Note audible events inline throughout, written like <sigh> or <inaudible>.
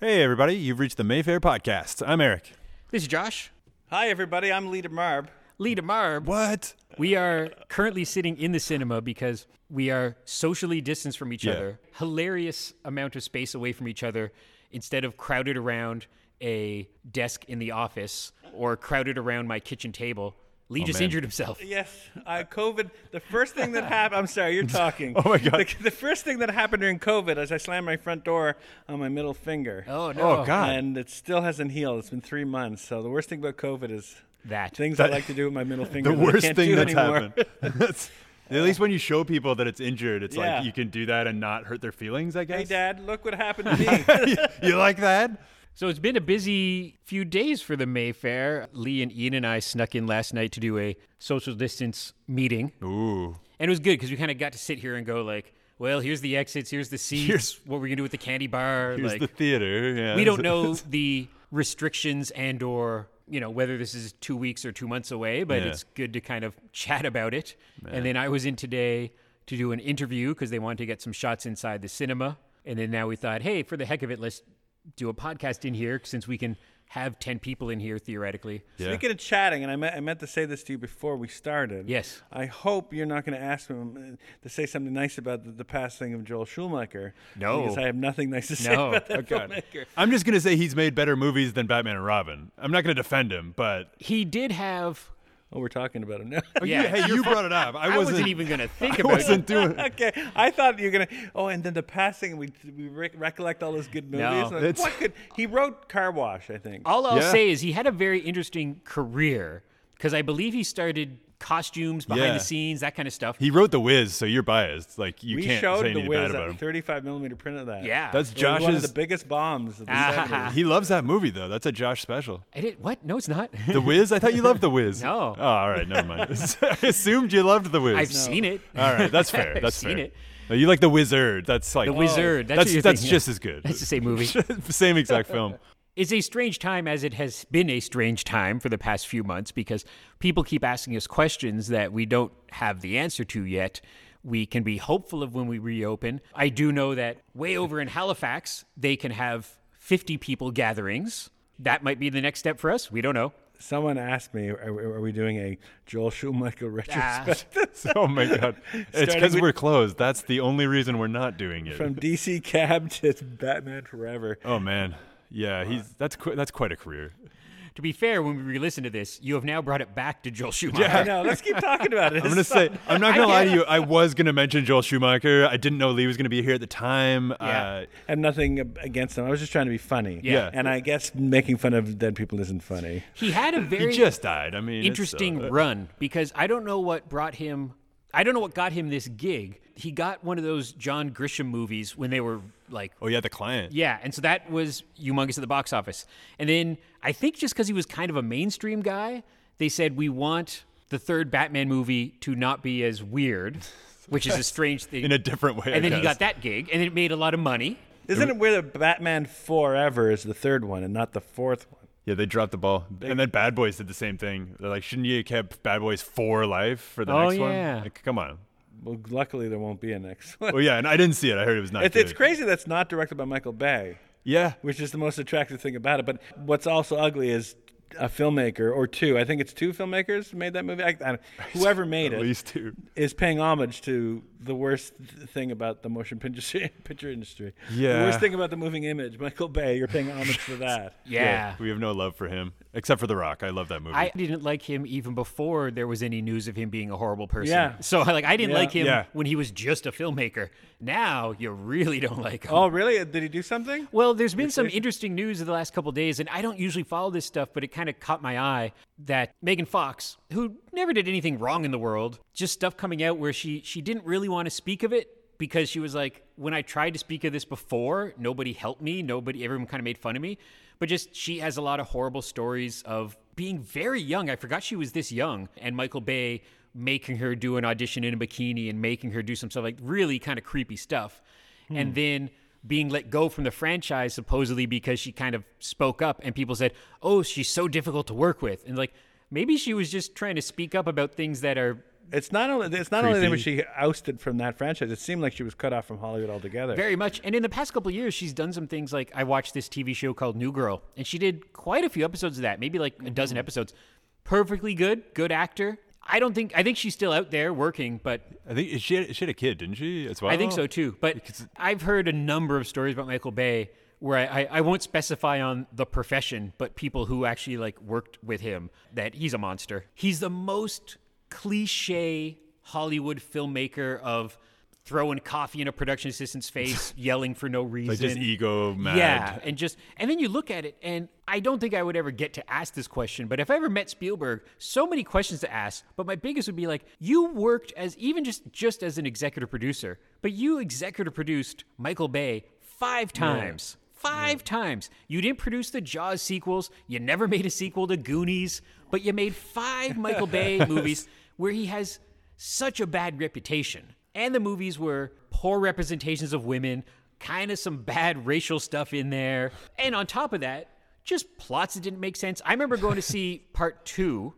Hey, everybody, you've reached the Mayfair Podcast. I'm Eric. This is Josh. Hi, everybody. I'm Lita Marb. Lita Marb. What? We are currently sitting in the cinema because we are socially distanced from each Yeah. other, hilarious amount of space away from each other, instead of crowded around a desk in the office or crowded around my kitchen table. Lee just Oh, man. injured himself. Yes, I COVID. The first thing that happened. I'm sorry, you're talking. <laughs> Oh, my God. The, the first thing that happened during COVID is I slammed my front door on my middle finger. Oh no! Oh, God. And it still hasn't healed. It's been three months. So the worst thing about COVID is That. things I like to do with my middle finger. <laughs> the that I worst can't thing do that's anymore. happened. <laughs> That's- at least when you show people that it's injured, it's Yeah. like you can do that and not hurt their feelings, I Hey, guess. Dad, look what happened to me. <laughs> you like that? So it's been a busy few days for the Mayfair. Lee and Ian and I snuck in last night to do a social distance meeting. Ooh. And it was good because we kind of got to sit here and go like, well, here's the exits, here's the seats, Here's- what we're gonna do with the candy bar. Here's like, the theater. Yeah. we <laughs> don't know the restrictions and or you know whether this is two weeks or two months away but Yeah. it's good to kind of chat about it and then i was in today to do an interview because they wanted to get some shots inside the cinema and then now we thought hey for the heck of it let's do a podcast in here since we can have 10 people in here theoretically Yeah. Speaking of chatting, and I meant, I meant to say this to you before we started. Yes. I hope you're not going to ask him uh, to say something nice about the, the passing of Joel Schumacher. No. Because I have nothing nice to say No. about that Oh, God. filmmaker. I'm just gonna say he's made better movies than Batman and Robin. I'm not gonna defend him, but he did have Oh, we're talking about him now. yeah you, hey, you brought it up. I i wasn't, wasn't, even gonna <laughs> I think about wasn't it doing. <laughs> okay, I thought you were gonna. Oh, and then the passing. We we re- recollect all those good movies. No. and I'm like, It's- Oh, what could he wrote Car Wash? I think. All I'll Yeah. say is he had a very interesting career because I believe he started costumes behind Yeah. the scenes, that kind of stuff. He wrote The Wiz, so you're biased. Like you we can't showed say the anything Wiz bad about a him. 35 millimeter print of that. yeah. That's It was one of the Josh's. biggest bombs of the Ah, 70s. He loves that movie though. That's a Josh special. I did what? No, it's <laughs> not. The Wiz? I thought you loved The Wiz. No. Oh, all right, never mind. <laughs> I assumed you loved The Wiz. I've seen it. All right, that's fair. <laughs> I've That's seen fair. it. No, you like The Wizard. That's like The Wizard. That's, That's what you're that's thinking of. just as good. That's the same movie. <laughs> same exact <laughs> film. It's a strange time as it has been a strange time for the past few months because people keep asking us questions that we don't have the answer to yet. We can be hopeful of when we reopen. I do know that way over in Halifax, they can have 50 people gatherings. That might be the next step for us. We don't <laughs> know. Someone asked me, are, we- are we doing a Joel Schumacher retrospective oh my god. It's Starting because with- we're closed. That's the only reason we're not doing it. <laughs> from DC Cab to Batman Forever? oh man. Yeah, he's that's qu- that's quite a career. <laughs> To be fair, when we re-listen to this, you have now brought it back to <laughs> Joel Schumacher. I know. Let's keep talking <laughs> about it. I'm gonna say I'm not I gonna lie to can't- you. I was gonna mention Joel Schumacher. I didn't know Lee was gonna be here at the time. Uh, Yeah. I have nothing ab- against him. I was just trying to be funny. Yeah. And I guess making fun of dead people isn't funny. He had <laughs> a he very just died. I mean, it's, uh, interesting run because I don't know what brought him. I don't know what got him this gig. He got one of those John Grisham movies when they were like, oh yeah, the client. yeah, and so that was humongous at the box office. And then I think just because he was kind of a mainstream guy, they said we want the third Batman movie to not be as weird, <laughs> which is a strange thing. in a different way. and I then he guess. got that gig, and it made a lot of money. Isn't it weird that Batman Forever is the third one and not the fourth one? Yeah, they dropped the ball, and then Bad Boys did the same thing. They're like, shouldn't you have kept Bad Boys for life for the Oh, next yeah. one? Like, come on. Well, luckily there won't be a next <laughs> one. Well, yeah, and I didn't see it. I heard it was not. It's, it's good. crazy that's not directed by Michael Bay, Yeah, which is the most attractive thing about it. But what's also ugly is a filmmaker or two. I think it's two filmmakers made that movie. I, <laughs> I don't, whoever made at it least two. is paying homage to the worst th- thing about the motion picture <laughs> picture industry. Yeah. The worst thing about the moving image, Michael Bay. You're paying homage for that. Yeah. we have no love for him except for The Rock. I love that movie. I didn't like him even before there was any news of him being a horrible person. Yeah. So like I didn't Yeah. like him Yeah. when he was just a filmmaker. Now you really don't like him. <laughs> Oh, really? Did he do something? Well, there's been some interesting news in the last couple days, and I don't usually follow this stuff, but it kind of caught my eye that Megan Fox, who never did anything wrong in the world, just stuff coming out where she she didn't really want to speak of it because she was like, when I tried to speak of this before, nobody helped me, nobody, everyone kind of made fun of me, but just she has a lot of horrible stories of being very young. I forgot she was this young, and Michael Bay making her do an audition in a bikini and making her do some stuff like really kind of creepy stuff and then being let go from the franchise supposedly because she kind of spoke up and people said, "Oh, she's so difficult to work with." And like maybe she was just trying to speak up about things that are It's not only it's not only that Creepy. she ousted from that franchise. It seemed like she was cut off from Hollywood altogether. Very much. And in the past couple of years, she's done some things like I watched this TV show called New Girl, and she did quite a few episodes of that, maybe like a dozen episodes. Perfectly good, good actor. I don't think I think she's still out there working, but I think she had, she had a kid, didn't she? As well, I think so too. But I've heard a number of stories about Michael Bay where I, I, I won't specify on the profession, but people who actually like worked with him that he's a monster. He's the most cliche Hollywood filmmaker of throwing coffee in a production <laughs> assistant's face, yelling for no reason. Like just ego mad. Yeah, and just and then you look at it, and I don't think I would ever get to ask this question. But if I ever met Spielberg, so many questions to ask. But my biggest would be like, you worked as even just just as an executive producer, but you executive produced Michael Bay five times. Five times. You didn't produce the Jaws sequels. You never made a sequel to Goonies, but you made five Michael Bay movies where he has such a bad reputation. And the movies were poor representations of women, kind of some bad <laughs> racial stuff in there. And on top of that, just plots that didn't make sense. I remember going <laughs> to see part two,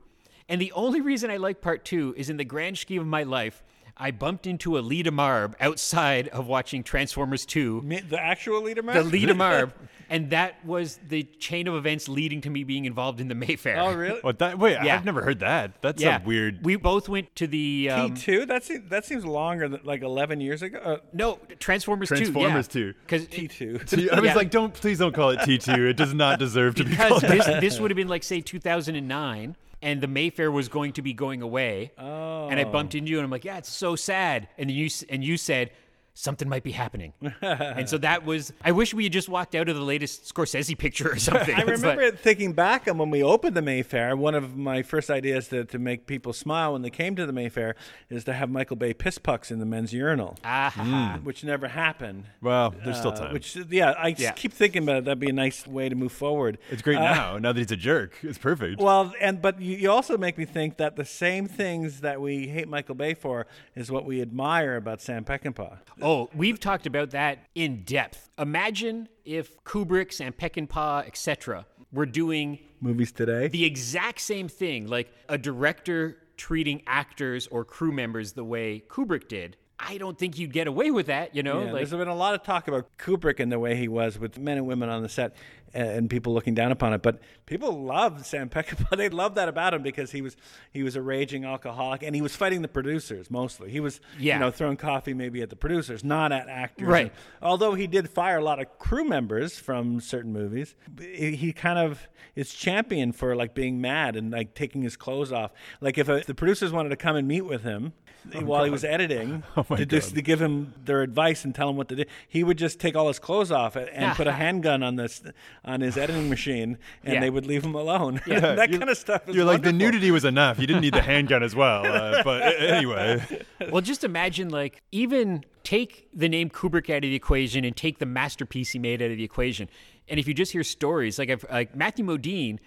and the only reason I like part two is in the grand scheme of my life, I bumped into a Lee DeMarb outside of watching Transformers 2 <laughs> Mi- the actual leader, the lead Marb, and that was the chain of events leading to me being involved in the Mayfair. <laughs> Oh really? What that? Wait, Yeah. I've never heard that. That's Yeah, a <laughs> weird. We both went to the um, P two? That seems that seems longer than like eleven years ago. Uh, no Transformers, Transformers 2. two, because P two. I was Yeah. like, don't please don't call it T two. It does not deserve to be <laughs> because called. this this would have been like say 2009, and the Mayfair was going to be going away. Oh. And I bumped into you, and I'm like, yeah, it's so sad. And then you s- and you said. Something might be <laughs> happening, and so that was. I wish we had just walked out of the latest Scorsese picture or <laughs> something. I It's like- remember thinking back on when we opened the Mayfair. One of my first ideas to, to make people smile when they came to the Mayfair is to have Michael Bay piss pucks in the men's urinal, Mm. Ah, ha, ha. which never happened. well, there's still Uh, time. which yeah, I just Yeah. keep thinking about it. That'd be a nice way to move forward. it's uh, great now. Now that he's a jerk, it's perfect. Well, and but you, you also make me think that the same things that we hate Michael Bay for is what we admire about Sam Peckinpah. Oh, we've talked about that in depth. Imagine if Kubrick, Sam Peckinpah, etc., were doing Movies today. the exact same thing, like a director treating actors or crew members the way Kubrick did. I don't think you'd get away with that, you know? Yeah, like, there's been a lot of talk about Kubrick and the way he was with men and women on the set and, and people looking down upon it. But people loved Sam <laughs> Peckinpah. They loved that about him because he was he was a raging alcoholic and he was fighting the producers mostly. He was Yeah. you know throwing coffee maybe at the producers, not at actors. Right. And although he did fire a lot of crew members from certain movies, he he kind of is championed for like being mad and like taking his clothes off. Like if, a, if the producers wanted to come and meet with him. Oh, while he <laughs> was editing, my to just God. to give him their advice and tell him what to do. He would just take all his clothes off and, and <laughs> put a handgun on this on his editing machine, and Yeah. they would leave him alone. Yeah, <laughs> that you- kind of stuff. Is You're like the wonderful. nudity was enough. You didn't need the <laughs> handgun as well. Uh, but a- anyway, well, just imagine, like, even take the name Kubrick out of the equation and take the masterpiece he made out of the equation. And if you just hear stories, like, I've, like Matthew Modine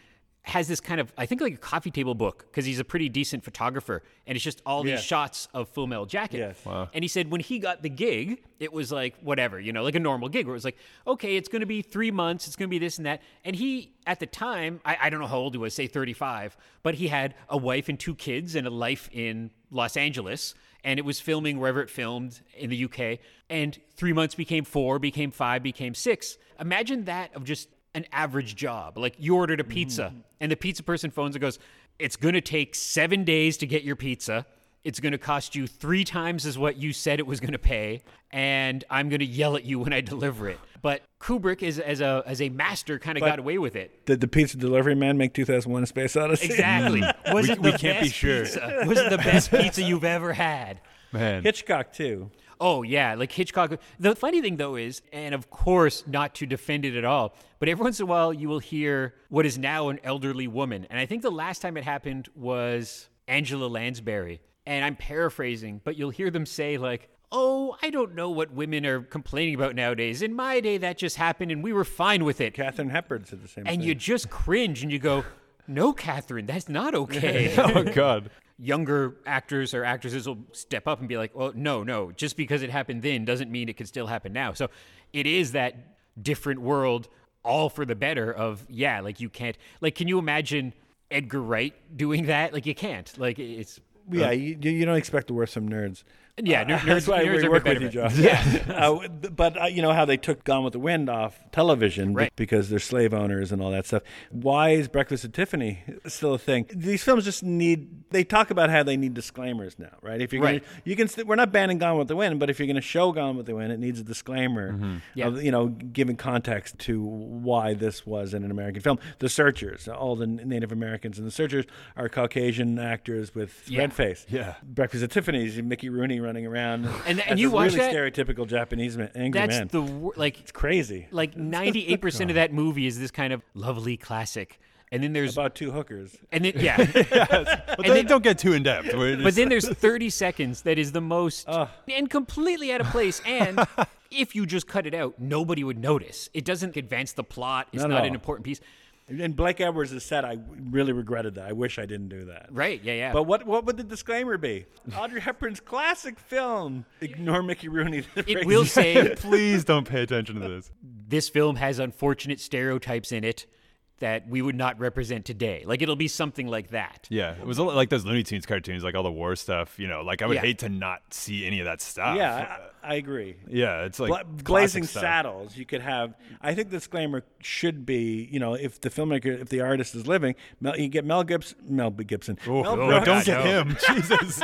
has this kind of, I think, like a coffee table book because he's a pretty decent photographer. And it's just all Yeah. these shots of Full Metal Jacket. Yes. And he said when he got the gig, it was like whatever, you know, like a normal gig where it was like, okay, it's going to be three months, it's going to be this and that. And he, at the time, I, I don't know how old he was, say 35, but he had a wife and two kids and a life in Los Angeles. And it was filming wherever it filmed in the UK. And three months became four, became five, became six. Imagine that of just an average job. Like you ordered a pizza, Mm-hmm. and the pizza person phones and goes, It's going to take seven days to get your pizza. It's going to cost you three times as what you said it was going to pay, and I'm going to yell at you when I deliver it. But Kubrick is as a as a master kind of got away <laughs> with it. Did the pizza delivery man make 2001: A Space Odyssey? Exactly. Was it we the can't be best sure. pizza? Was it the best pizza you've ever had? man, <laughs> Hitchcock too. Oh yeah, like Hitchcock. The funny thing though is, and of course not to defend it at all, but every once in a while you will hear what is now an elderly woman, and I think the last time it happened was Angela Lansbury, and I'm paraphrasing, but you'll hear them say like. Oh, I don't know what women are complaining about nowadays. In my day, that just happened and we were fine with it. Catherine Hepburn said the same And thing. you just cringe and you go, No, Catherine, that's not okay. <laughs> oh god. younger actors or actresses will step up and be like, "Well, no, no, just because it happened then doesn't mean it can still happen now." So it is that different world, all for the better. Of yeah, like you can't, like, can you imagine Edgar Wright doing that? Like you can't. Like it's yeah, you, you don't expect the worst from nerds. Uh, Uh, Yeah, <laughs> ner- nerds, That's why nerds we are work with competitive. you, Josh. Yeah. <laughs> uh, but uh, you know how they took Gone with the Wind off television Right. because they're slave owners and all that stuff. Why is Breakfast at Tiffany still a thing? These films just need. They talk about how they need disclaimers now, right? If you're Right. gonna, you can. St- we're not banning Gone with the Wind, but if you're going to show Gone with the Wind, it needs a disclaimer Mm-hmm. Yeah. of you know giving context to why this was in an American film. The Searchers, all the Native Americans in The Searchers are Caucasian actors with Yeah. red face. Yeah. Breakfast at Tiffany's, Mickey Rooney running around. And- and as you a watch really that? stereotypical Japanese man, angry That's man. the wor- like it's crazy. <laughs> like 98% of that movie is this kind of lovely classic. And then there's About two hookers. and then <laughs> yeah. But And they then- don't get too in depth. We're But just- then there's 30 seconds that is the most Uh. and completely out of place. <laughs> And if you just cut it out, nobody would notice. It doesn't advance the plot. It's Not not, at all. an important piece. And Blake Edwards has said, I really regretted that. I wish I didn't do that. Right? Yeah, yeah. But what what would the disclaimer be? <laughs> Audrey Hepburn's classic film. Ignore Mickey Rooney. <laughs> it will say please don't pay attention to this. this film has unfortunate stereotypes in it that we would not represent today. Like it'll be something like that. Yeah, it was a lot like those Looney Tunes cartoons, like all the war stuff. You know, like I would Yeah. hate to not see any of that stuff. Yeah, I, I agree. yeah, it's like Bla- classic glazing stuff. saddles you could have i think the disclaimer should be you know if the filmmaker if the artist is living mel, you get mel gibson mel B. gibson Oh, mel, oh, brooks, don't get <laughs> him, Jesus.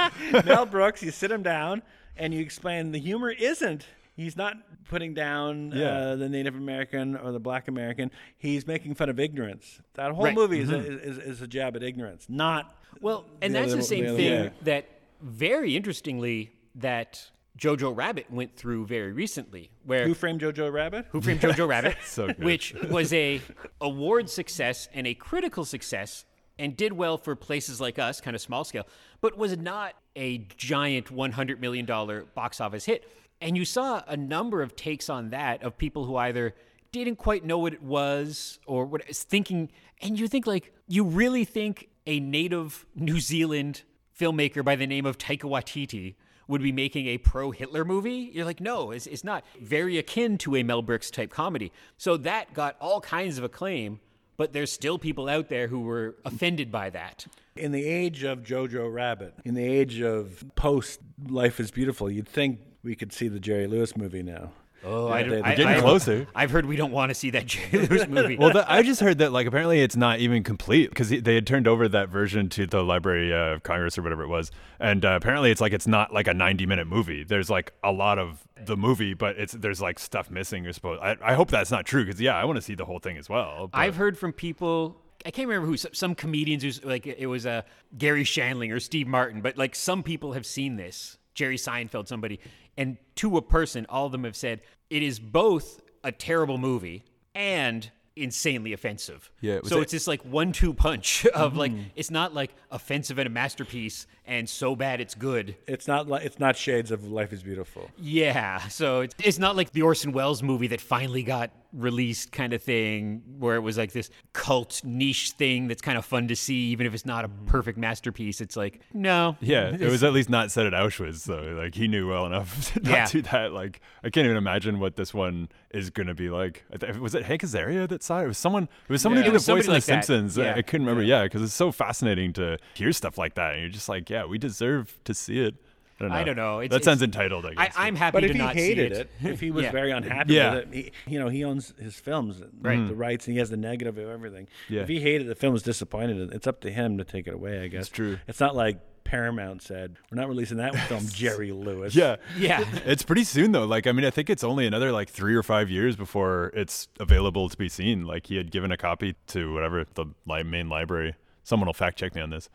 mel brooks you sit him down and you explain the humor isn't he's not putting down Yeah. uh, the native american or the black american he's making fun of ignorance that whole Right. Mm-hmm. movie is, a, is, is a jab at ignorance not Well, and The that's other- the same the other thing way. that very interestingly that Jojo Rabbit went through very recently, where who framed jojo rabbit Who <laughs> Framed Jojo Rabbit, So good. which was a award success and a critical success and did well for places like us, kind of small scale, but was not a giant $100 million box office hit. And you saw a number of takes on that of people who either didn't quite know what it was or what it's thinking. And you think, like, you really think a native New Zealand filmmaker by the name of Taika Waititi would be making a pro Hitler movie? You're like, no, it's, it's not. Very akin to a Mel Brooks type comedy. So that got all kinds of acclaim, but there's still people out there who were offended by that. In the age of Jojo Rabbit, in the age of post Life is Beautiful, you'd think we could see the Jerry Lewis movie now. Oh, I don't, they- I, they're getting I- closer. I've heard we don't want to see that Jerry Lewis movie. well, the, I just heard that like apparently it's not even complete because they had turned over that version to the Library uh, of Congress or whatever it was, and uh, apparently it's like it's not like a ninety-minute movie. There's like a lot of the movie, but it's there's like stuff missing. You're supposed. I, I hope that's not true because yeah, I want to see the whole thing as well. but- I've heard from people. I can't remember who some- some comedians who's like it was uh, Gary Shandling or Steve Martin, but like some people have seen this. Jerry Seinfeld, somebody, and to a person, all of them have said it is both a terrible movie and insanely offensive. Yeah, it was so a- Mm-hmm. it's this like one-two punch <laughs> of like it's not like offensive and a masterpiece and so bad it's good. It's not li- it's not shades of Life is Beautiful. Yeah, so it's, it's not like the Orson Welles movie that finally got released kind of thing, where it was like this cult niche thing that's kind of fun to see, even if it's not a perfect masterpiece. It's like, no. <laughs> Yeah, it was at least not set at Auschwitz, though. Like he knew well enough <laughs> to not Yeah. do that. Like I can't even imagine what this one is gonna be like. I th- Was it Hank Azaria that saw it? It was someone. It was somebody Yeah. who did It a was voice in somebody The like that. Simpsons. I- Yeah. I couldn't remember. Yeah, because it's so fascinating to hear stuff like that, and you're just like, yeah, we deserve to see it. I don't know. I don't know. It's- that sounds it's- entitled. I I, guess. I'm happy But to if he not hated see it, if he was Yeah. very unhappy Yeah. with it, he, you know, he owns his films, Right. the rights, and he has the negative of everything. Yeah. If he hated the film, was disappointed, in it, it's up to him to take it away. I guess true. It's not like Paramount said we're not releasing that film, <laughs> Jerry Lewis. yeah. Yeah. It's pretty soon though. Like I mean, I think it's only another like three or five years before it's available to be seen. Like he had given a copy to whatever the li- main library. Someone will fact check me on this.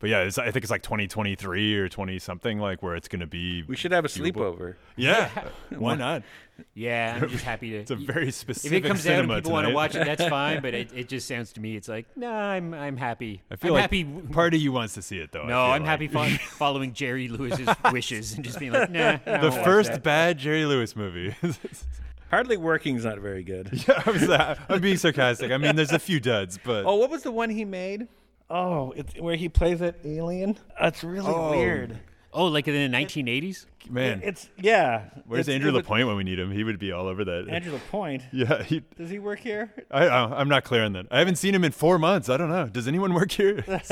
But yeah, it's, I think it's like 2023 or 20 something, like where it's going to be. We should have a Doable. sleepover. <laughs> <laughs> Yeah, why not? Yeah, I'm just happy <laughs> to. It's a very specific. if it comes out and cinema people want to tonight. watch <laughs> it, that's fine. But it, it just sounds to me, it's like, no, I'm I'm happy. <laughs> I feel like am happy. part of you wants to see it though. I No, feel I'm happy like. <laughs> fo- following Jerry Lewis's wishes and just being like, nah. I don't The wanna watch first that. bad Jerry Lewis movie. <laughs> Hardly working's not very good. Yeah, I'm, sa- uh, I'm being sarcastic. I mean, there's a few duds, but Oh, what was the one he made? Oh, it's where he plays that alien. That's really weird. Oh, like in the 1980s? Man, It's yeah. where's it's, Andrew it was- Lapointe when we need him? He would be all over that. Andrew Lapointe. <laughs> Yeah, he, Does he work here? I, I, I'm not clear on that. I haven't seen him in four months. I don't know. Does anyone work <laughs> here? <laughs>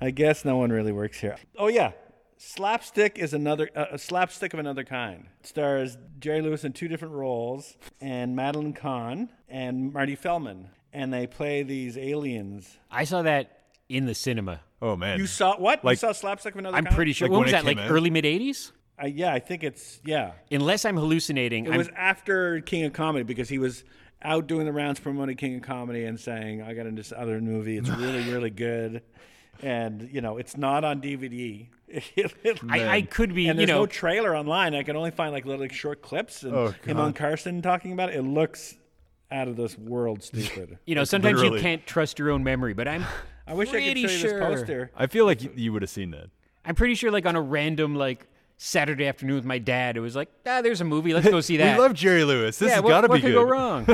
I guess no one really works here. Oh yeah, slapstick is another uh, a slapstick of another kind. It stars Jerry Lewis in two different roles, and Madeline Kahn and Marty Feldman, and they play these aliens. I saw that in the cinema. oh man, You saw what? you Like- saw slapstick of another I'm kind. pretty sure. Like what when was it that? came Like out? early mid 80s? Uh, yeah, I think it's yeah. Unless I'm hallucinating, It I'm was after King of Comedy because he was out doing the rounds promoting King of Comedy and saying, "I got into this other movie. <laughs> It's really, really good." And you know, it's not on <laughs> DVD. I, I could be, and you there's know, no trailer online. I can only find like little like, short clips and Oh, him on Carson talking about it. It looks out of this world stupid. you know. sometimes literally- you can't trust your own memory, but I'm. <laughs> I wish I could pretty show you sure. this poster. I feel like you, you would have seen that. I'm pretty sure, like on a random like Saturday afternoon with my dad, it was like, ah, there's a movie. <laughs> Let's go see that. We love Jerry Lewis. This Yeah, has what- got to be what could good. go wrong?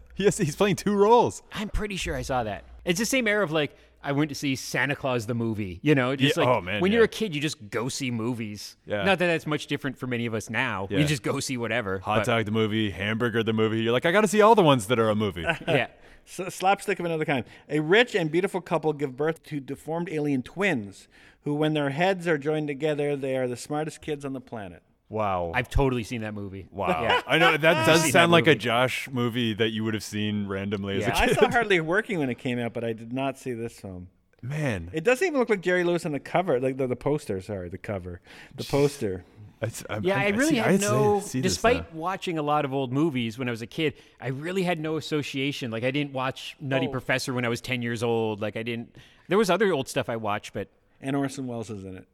<laughs> yes, he's playing two roles. I'm pretty sure I saw that. It's the same era of like I went to see Santa Claus the movie. You know, just Yeah, like oh, man, when you're yeah. a kid, you just go see movies. Yeah. Not that that's much different for many of us now. We Yeah. just go see whatever. Hot but, Dog the movie, Hamburger the movie. You're like, I got to see all the ones that are a movie. <laughs> Yeah. S- slapstick of another kind. A rich and beautiful couple give birth to deformed alien twins, who, when their heads are joined together, they are the smartest kids on the planet. wow. I've totally seen that movie. wow. Yeah. I know that does seen sound that like a movie. Josh movie that you would have seen randomly Yeah. as a I kid. <laughs> saw Hardly Working when it came out, but I did not see this film. Man, It doesn't even look like Jerry Lewis on the cover, like the, the poster. Sorry, the cover, the poster. it's, I'm, Yeah, I'm- I really see, had I see- no. see this uh, now. despite watching a lot of old movies when I was a kid, I really had no association. Like I didn't watch Nutty Oh. Professor when I was ten years old. Like I didn't. There was other old stuff I watched, but And Orson Welles is in it.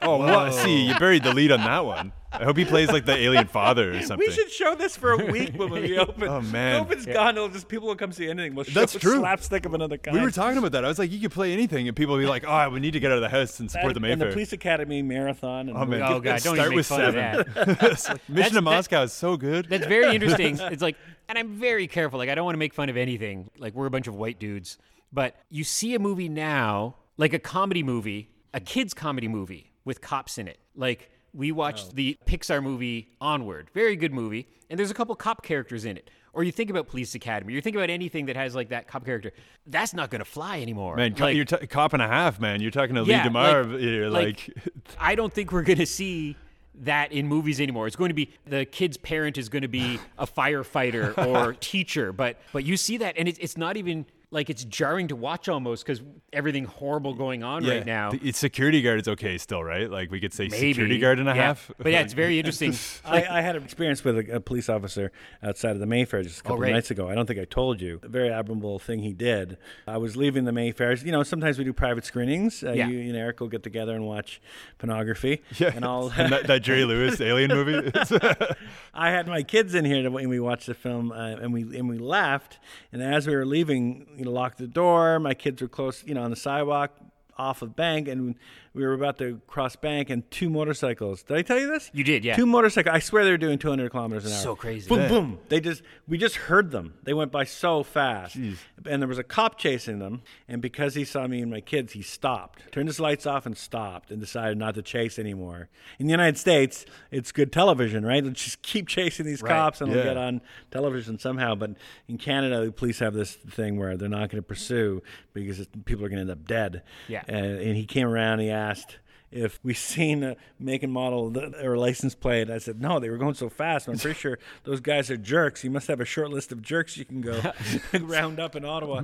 Oh, well, see, you buried the lead on that one. I hope he plays like the alien father or something. We should show this for a week when we reopen. <laughs> Oh, man. If it's gone, it'll just people will come see anything. We'll show That's true. Slapstick of another kind. We were talking about that. I was like, you could play anything, and people would be like, oh, we need to get out of the house and support the and Mayfair. the Police Academy marathon. And oh, man. Oh, God, don't even Start make with fun seven. of <laughs> It's like, Mission to that- Moscow is so good. that's <laughs> very interesting. it's like, and I'm very careful. Like I don't want to make fun of anything. Like we're a bunch of white dudes, but you see a movie now, like a comedy movie, a kids comedy movie with cops in it, like. We watched Oh. the Pixar movie Onward, very good movie, and there's a couple cop characters in it. Or you think about Police Academy, or you think about anything that has like that cop character. That's not going to fly anymore. Man, co- Like- you're t- cop and a half, man. You're talking to Lee Yeah, DeMar like- here. like- Like, I don't think we're going to see that in movies anymore. It's going to be the kid's parent is going to <laughs> be a firefighter or teacher, but but you see that, and it's it's not even like it's jarring to watch almost because everything horrible going on yeah, right now. the- it's security guard is okay still, right? Like, we could say Maybe security guard and a Yeah. half. <laughs> but yeah, it's very interesting. I, I had an experience with a, a police officer outside of the Mayfair just a Oh, couple of right. nights ago. I don't think I told you. A very admirable thing he did. I was leaving the Mayfair. You know, sometimes we do private screenings. Uh, Yeah. You and Eric will get together and watch pornography. Yeah, <laughs> And all and that, that Jerry <laughs> Lewis alien movie. It's- I had my kids in here to, and we watched the film uh, and we and we left. And as we were leaving, you know, locked the door. My kids were close, you know, on the sidewalk off of bank and we were about to cross bank and two motorcycles did i tell you this You did, yeah. two motorcycles i swear they were doing 200 kilometers an hour So crazy. boom boom they just we just heard them they went by so fast and there was a cop chasing them and because he saw me and my kids he stopped turned his lights off and stopped and decided not to chase anymore in the united states it's good television right Let's just keep chasing these cops and they'll Yeah. get on television somehow but in canada the police have this thing where they're not going to pursue because it- people are going to end up dead Yeah. and, and he came around he asked if we <laughs> seen a make and model th- or license plate, I said no. They were going so fast. I'm pretty sure <laughs> those guys are jerks. You must have a short list of jerks you can go <laughs> round up in Ottawa.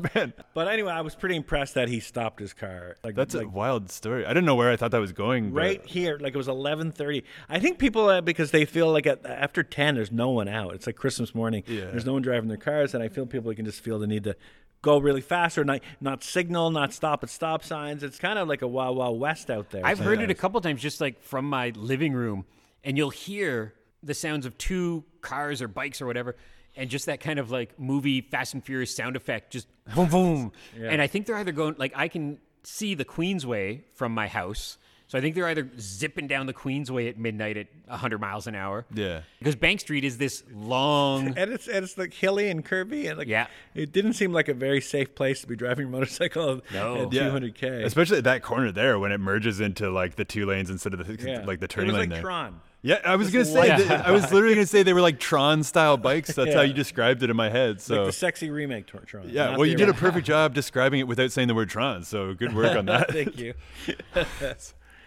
But anyway, I was pretty impressed that he stopped his car. Like <laughs> That's like, a wild story. I didn't know where I thought that was going. but- right here. Like it was 11:30. I think people uh, because they feel like at, after 10, there's no one out. It's like Christmas morning. Yeah. There's no one driving their cars, and I feel people can just feel the need to go really fast or not not signal, not stop at stop signs. It's kind of like a wild wild west out there. I've heard it a couple times, just like from my living room, and you'll hear the sounds of two cars or bikes or whatever, and just that kind of like movie Fast and Furious sound effect, just boom, boom. And I think they're either going like I can see the Queensway from my house, So I think they're either zipping down the Queensway at midnight at 100 miles an hour. Yeah. Because Bank Street is this long. And it's and it's like hilly and curvy and like Yeah. It didn't seem like a very safe place to be driving a motorcycle <laughs> No. at Yeah. 200k. Especially at that corner there when it merges into like the two lanes instead of the Yeah. like the it turning was lane like there. Tron. Yeah, I was gonna Just say. like- that- I was literally gonna say they were like Tron style bikes. That's how Yeah. you described it in my head. So Like the sexy remake Tron. Tron, yeah, not well, the you did a original. perfect job describing it without saying the word Tron. So good work on that. <laughs> Thank you.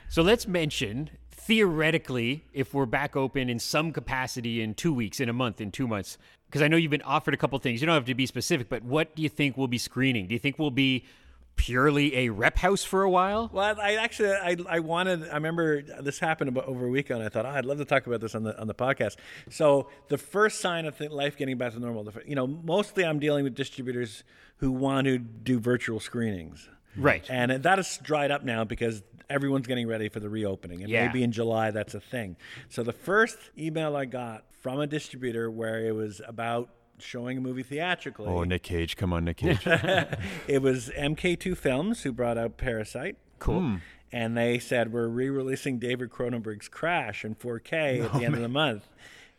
So let's mention theoretically, if we're back open in some capacity in two weeks, in a month, in two months, because I know you've been offered a couple things. You don't have to be specific, but what do you think we'll be screening? Do you think we'll be purely a rep house for a while? Well, I, I actually I, I wanted I remember this happened about over a weekend. I thought oh, I'd love to talk about this on the on the podcast. So the first sign of th- life getting back to normal, the, fir- you know, mostly I'm dealing with distributors who want to do virtual screenings. Right. And that is dried up now because everyone's getting ready for the reopening. And Yeah. maybe in July that's a thing. So the first email I got from a distributor where it was about showing a movie theatrically. <laughs> Oh, Nick Cage, come on, Nick Cage. <laughs> It was MK2 Films who brought out Parasite. Cool. Hmm. And they said we're re-releasing David Cronenberg's Crash in 4K at the end of the month.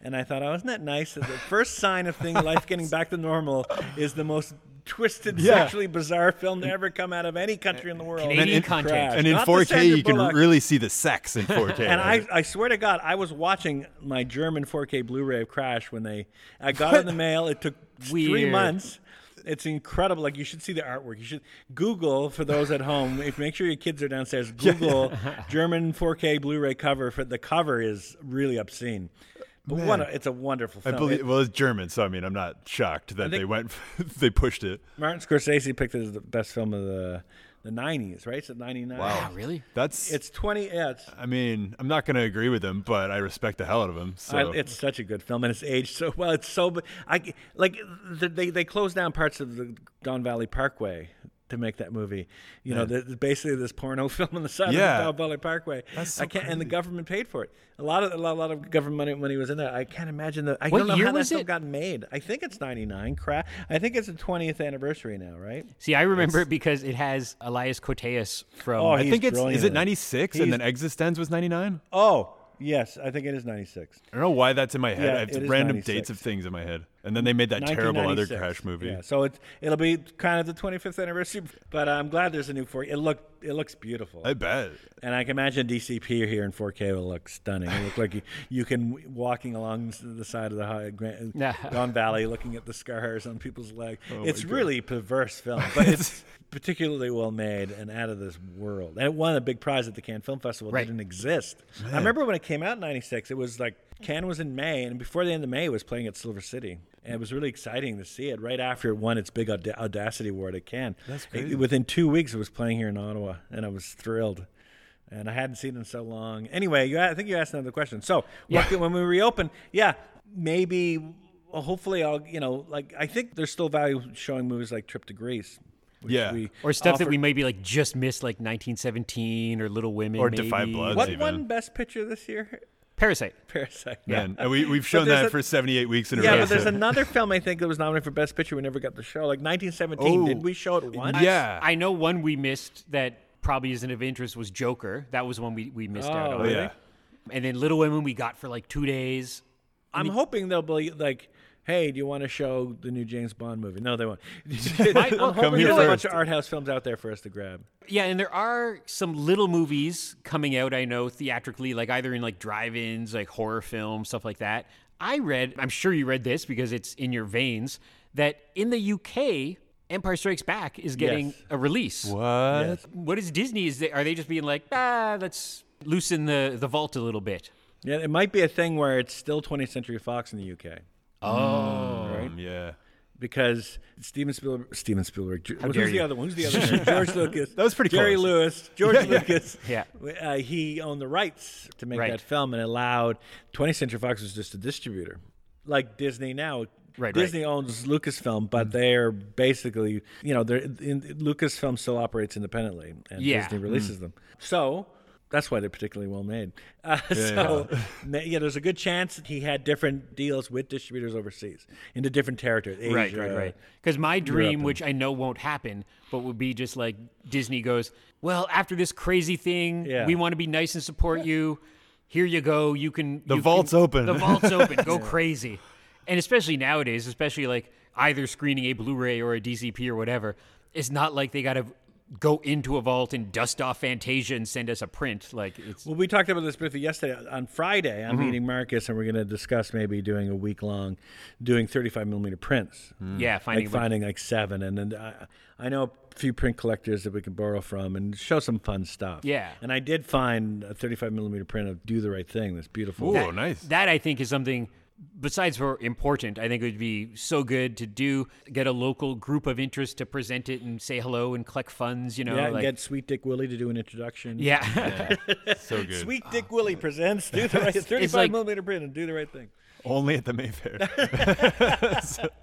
And I thought, oh, isn't that nice? That the first sign of thing life getting back to normal is the most twisted, Yeah. sexually bizarre film to ever come out of any country in the world. Canadian And- and- content. Crash. and in Not the 4K, Sandra you can Bullock. really see the sex <laughs> in 4K. And right? I, I swear to God, I was watching my German 4K Blu-ray of Crash when they I got it in the mail. It took three Weird. months. It's incredible. Like you should see the artwork. You should Google for those at home. If make sure your kids are downstairs, Google German 4K Blu-ray cover. For the cover is really obscene, but one, it's a wonderful I film. believe. Well, it's German, so I mean, I'm not shocked that they went. <laughs> they pushed it. Martin Scorsese picked it as the best film of the the 90s. Right? It's at 99. Wow, really? That's. It's 20. Yeah, it's I mean, I'm not gonna agree with him, but I respect the hell out of him. So I, it's such a good film, and it's aged so well. It's so I like the, they they closed down parts of the Don Valley Parkway to make that movie. You know, the, basically this porno <laughs> film on the side Yeah. of the Don Valley Parkway. That's so I can't, and the government paid for it. A lot of a lot, a lot of government money, money was in there. I can't imagine that. I What don't know year how that was film it? got made. I think it's ninety nine. Crap. I think it's the twentieth anniversary now, right? See, I remember it because it has Elias Koteas from. Oh, I he's think it's. Is brilliant it in it. 96 He's- and then Existenz was 99? Oh yes, I think it is ninety six. I don't know why that's in my head. Yeah, I have it is random 96. dates of things in my head, and then they made that terrible other 1996. Crash movie. Yeah, so it it'll be kind of the 25th anniversary, <laughs> but I'm glad there's a new 4K. It look it looks beautiful, I bet. and I can imagine DCP here in 4K will look stunning. It look like you, you can w- walking along s- the side of the high, Grand, Nah. Don Valley, looking at the scars on people's legs. it's really perverse film, but it's particularly well made and out of this world. And it won a big prize at the Cannes Film Festival. It Right. didn't exist. I remember when it came out in '96. It was like Cannes was in May, and before the end of May, it was playing at Silver City. And it was really exciting to see it right after it won its big Aud- Audacity Award at Cannes. That's crazy. within two weeks, it was playing here in Ottawa, and I was thrilled. And I hadn't seen it in so long. Anyway, you, I think you asked another question. So what can- when we reopen, yeah, maybe, well, hopefully, I'll, you know, like, I think there's still value showing movies like Trip to Greece. Which Yeah. Or stuff that offered- we maybe like just missed, like 1917 or Little Women. Or Defy maybe. Blood. What even. won Best Picture this year? <laughs> Parasite. Parasite. Man, and we, we've shown there's that a- for 78 weeks in a Yeah, row. but there's <laughs> so- another film I think that was nominated for Best Picture. We never got to show. Like 1917. Oh. Did we show it once? Yeah. I know one we missed that probably isn't of interest was Joker. That was one we, we missed out Oh, on. Oh, yeah. And then Little Women we got for like two days. I'm hoping they'll be like, hey, do you want to show the new James Bond movie? No, they won't. <laughs> I'm hoping Come here there's a bunch first. of art house films out there for us to grab. Yeah, and there are some little movies coming out, I know, theatrically, like either in like drive ins, like horror films, stuff like that. I read, I'm sure you read this because it's in your veins, that in the UK, Empire Strikes Back is getting Yes. a release. What? What is Disney? Is they, are they just being like, ah, let's loosen the, the vault a little bit? Yeah, it might be a thing where it's still 20th Century Fox in the UK Um, yeah. because Steven Spielberg, Steven Spielberg, Ge- who's dare the you. other one? <laughs> Who's the other one? George Lucas. That was pretty Jerry close. Lewis, George Lucas. <laughs> Yeah. uh, he owned the rights to make Right. that film and allowed 20th Century Fox was just a distributor, like Disney now. Right, Mm-hmm. Disney owns Lucasfilm, but they're basically, you know, they're in, Lucasfilm still operates independently, and Yeah. Mm. Disney releases them. So That's why they're particularly well made. <laughs> Uh, so, ma- yeah, there's a good chance that he had different deals with distributors overseas into different territories. Right, Asia, right, right. Because my dream, which I know won't happen, but would be just like Disney goes, well, after this crazy thing, Yeah. we want to be nice and support you. Here you go. You can. The vault's open." The vault's open. <laughs> Go crazy. And especially nowadays, especially like either screening a Blu ray or a DCP or whatever, it's not like they got to go into a vault and dust off Fantasia and send us a print. Like, it's. Well, we talked about this briefly yesterday. On Friday, I'm meeting Marcus, and we're going to discuss maybe doing a week long, doing 35 millimeter prints, yeah, finding. like finding like seven. And then I, I know a few print collectors that we can borrow from and show some fun stuff. Yeah. And I did find a 35 millimeter print of "Do the Right Thing." That's beautiful. Ooh. Oh, nice. That I think is something besides for important. I think it would be so good to do get a local group of interest to present it and say hello and collect funds. You know, Yeah, and like, get Sweet Dick Willie to do an <laughs> introduction. yeah. <laughs> <laughs> So good. Sweet Dick Willie presents "Do the Right." 35 like- millimeter print and "Do the Right Thing." Only at the <laughs> Mayfair.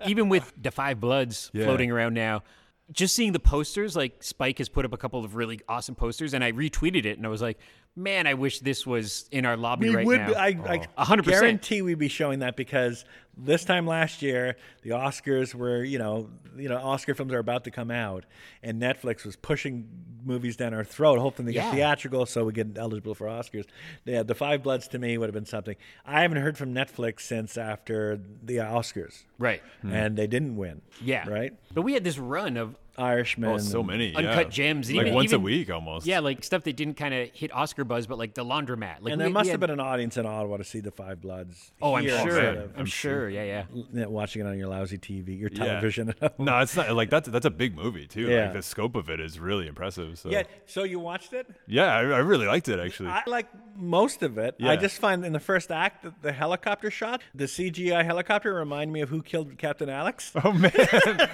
Even with Defy Bloods Yeah. floating around now. Just seeing the posters, like Spike has put up a couple of really awesome posters, and I retweeted it, and I was like, "Man, I wish this was in our lobby We right would. now." I, Oh. I A hundred percent. guarantee we'd be showing that because this time last year, the Oscars were, you know, you know, Oscar films are about to come out, and Netflix was pushing movies down our throat, hoping to get Yeah. theatrical so we get eligible for Oscars. Yeah, The Five Bloods to me would have been something. I haven't heard from Netflix since after the Oscars, right? Hmm. and they didn't win. Yeah. right. But we had this run of Irishman. oh, so many. Uncut yeah. gems, and Like even- once even- a week almost. yeah, like stuff that didn't kind of hit Oscar buzz, but like the laundromat. Like And we- there we must had- have been an audience in Ottawa to see the Five Bloods. Oh, I'm here sure. instead man. of I'm sure. Yeah, yeah. l- watching it on your lousy TV, your Yeah. <laughs> television. <laughs> No, it's not like that's that's a big movie too. Yeah. Like the scope of it is really impressive. So Yeah. So you watched it? Yeah, I, I really liked it actually. I like most of it. I Yeah. just find in the first act that the helicopter shot, the CGI helicopter, remind me of who killed Captain Alex. oh man,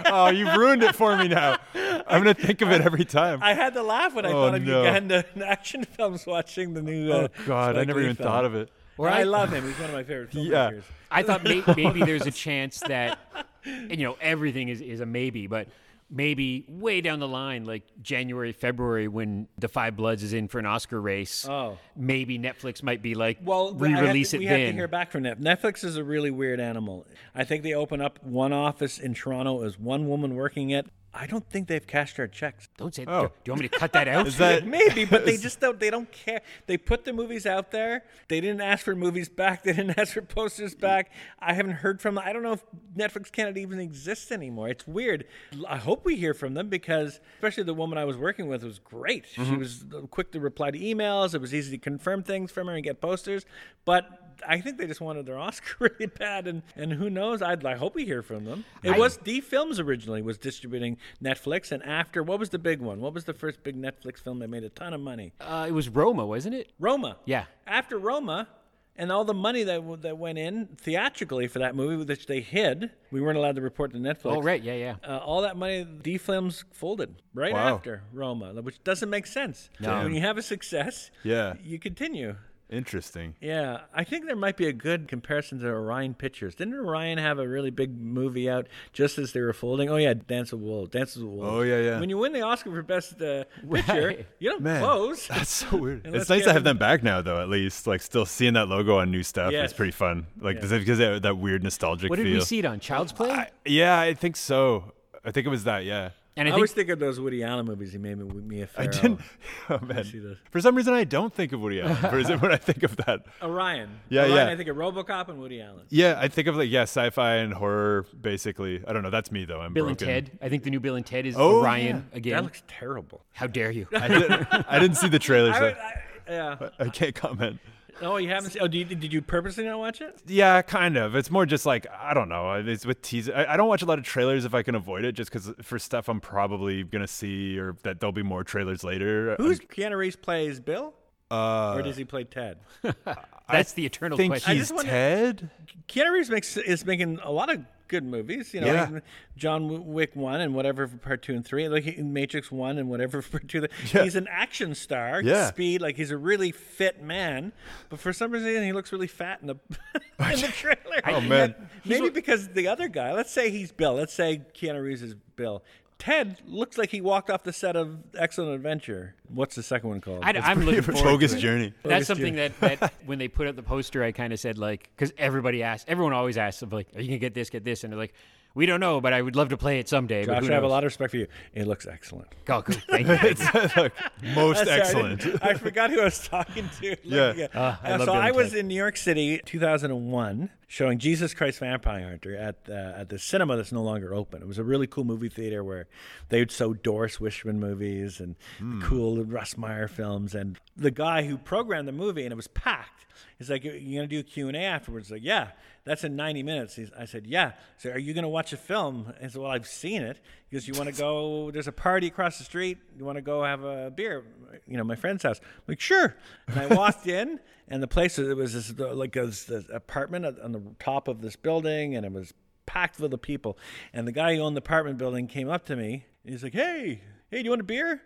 oh you've ruined it for me now. I'm gonna think of it every time. I had to laugh when I Oh, thought of no. Uganda in action <laughs> films watching the new. Uh, oh god, I Spike never Lee even film. thought of it. Or I I- love him. He's one of my <laughs> favorite Yeah. filmmakers. I thought may- maybe there's a chance that, <laughs> and, you know, everything is, is a maybe, but maybe way down the line, like January, February, when The Five Bloods is in for an Oscar race, Oh. maybe Netflix might be like, Well, I have re-release to- it we then. have to hear back from Netflix. Netflix is a really weird animal. I think they open up one office in Toronto as one woman working it. I don't think they've cashed our checks. Don't say. Oh. Do you want me to cut <laughs> that out? Is that <laughs> Maybe, <laughs> but they just don't. They don't care. They put the movies out there. They didn't ask for movies back. <laughs> They didn't ask for posters back. I haven't heard from. I don't know if Netflix Canada even exists anymore. It's weird. I hope we hear from them because, especially the woman I was working with, was great. She Mm-hmm. was quick to reply to emails. It was easy to confirm things from her and get posters. But I think they just wanted their <laughs> Oscar really bad, and, and who knows? I'd, I hope we hear from them. It was D Films originally was distributing Netflix, and after what was the big one? What was the first big Netflix film that made a ton of money? uh, it was Roma, wasn't it? Roma. Yeah. After Roma, and all the money that w- that went in theatrically for that movie, which they hid, we weren't allowed to report to Netflix. Oh, right. Yeah, yeah. Uh, all that money, D Films folded right Wow. after Roma, which doesn't make sense. No. When you have a success, Yeah. you continue. interesting? Yeah, I think there might be a good comparison to Orion Pictures. Didn't Orion have a really big movie out just as they were folding? Oh yeah, Dance with Wolves. Dance with Wolves. Oh, yeah, yeah. When you win the Oscar for Best <laughs> uh, Picture, Right. you don't Man, <laughs> close. that's so weird. let's it's nice get to have them- them back now, though. At least, like, still seeing that logo on new stuff Yes. is pretty fun. Like, because that, that weird nostalgic What did feel. we see it on? Child's Play. I- yeah, I think so. I think it was that. Yeah. and I, I think always think of those Woody Allen movies he made with Mia Farrow. I didn't. <laughs> Oh, see this. man. For some reason, I don't think of Woody Allen. Or is it when I think of that? Orion. Yeah, Orion, yeah. I think of RoboCop and Woody Allen. Yeah, I think of like yeah, sci-fi and horror. Basically, I don't know. That's me though. I'm Bill broken. and Ted. I think the new Bill and Ted is Oh, Orion That again. looks terrible. How dare you? I didn't, I didn't see the trailers. I, so would- I, yeah. I can't comment. Oh, you haven't seen? Oh, did you, did you purposely not watch it? Yeah, kind of. It's more just like I don't know. uh, It's with teaser. I, I don't watch a lot of trailers if I can avoid it, just because for stuff I'm probably gonna see or that there'll be more trailers later. Who's Keanu Reeves plays Bill, Uh, or does he play Ted? That's the eternal think question. he's just wonder- <laughs> Ted? Keanu Reeves makes is making a lot of good movies. You know, Yeah. he's- John Wick one and whatever for part two and three, like he- Matrix one and whatever <laughs> for part two. and three. Yeah. He's an action star. Yeah. Speed, like he's a really fit man, but for some reason he looks really fat in the <laughs> in the trailer. Oh, man. And maybe because the other guy. Let's say he's Bill. Let's say Keanu Reeves is Bill. Ted looks like he walked off the set of Excellent Adventure. What's the second one called? I, am looking forward Bogus to it. journey. <laughs> That's something that, that when they put up the poster, I kind of said like, because everybody asks, everyone always asks, of like, are you gonna get this, get this, and they're like, we don't know, but I would love to play it someday. but Josh, who I have a knows?" lot of respect for you. It looks excellent. Oh, good. Thank you. It's like, most Sorry, I excellent. <laughs> didn't- I, forgot who I was talking <laughs> to. Yeah. Ah, I love so doing I was tech. in New York City, 2001, showing Jesus Christ Vampire Hunter at uh, at the cinema that's no longer open. It was a really cool movie theater where they would show Doris Wishman movies and Hmm. cool Russ Meyer films. And the guy who programmed the movie, and it was packed. He's like, "You're gonna do a Q and A afterwards?" Like, yeah. That's in 90 minutes. He's, I said, yeah. So are you going to watch a film? And said, well, I've seen it. He goes, you want to go, there's a party across the street. You want to go have a beer, you know, my friend's house. I'm like, sure. And I walked in and the place, it was this, like this, this apartment on the top of this building and it was packed full of people. And the guy who owned the apartment building came up to me. and He's like, hey, hey, do you want a beer?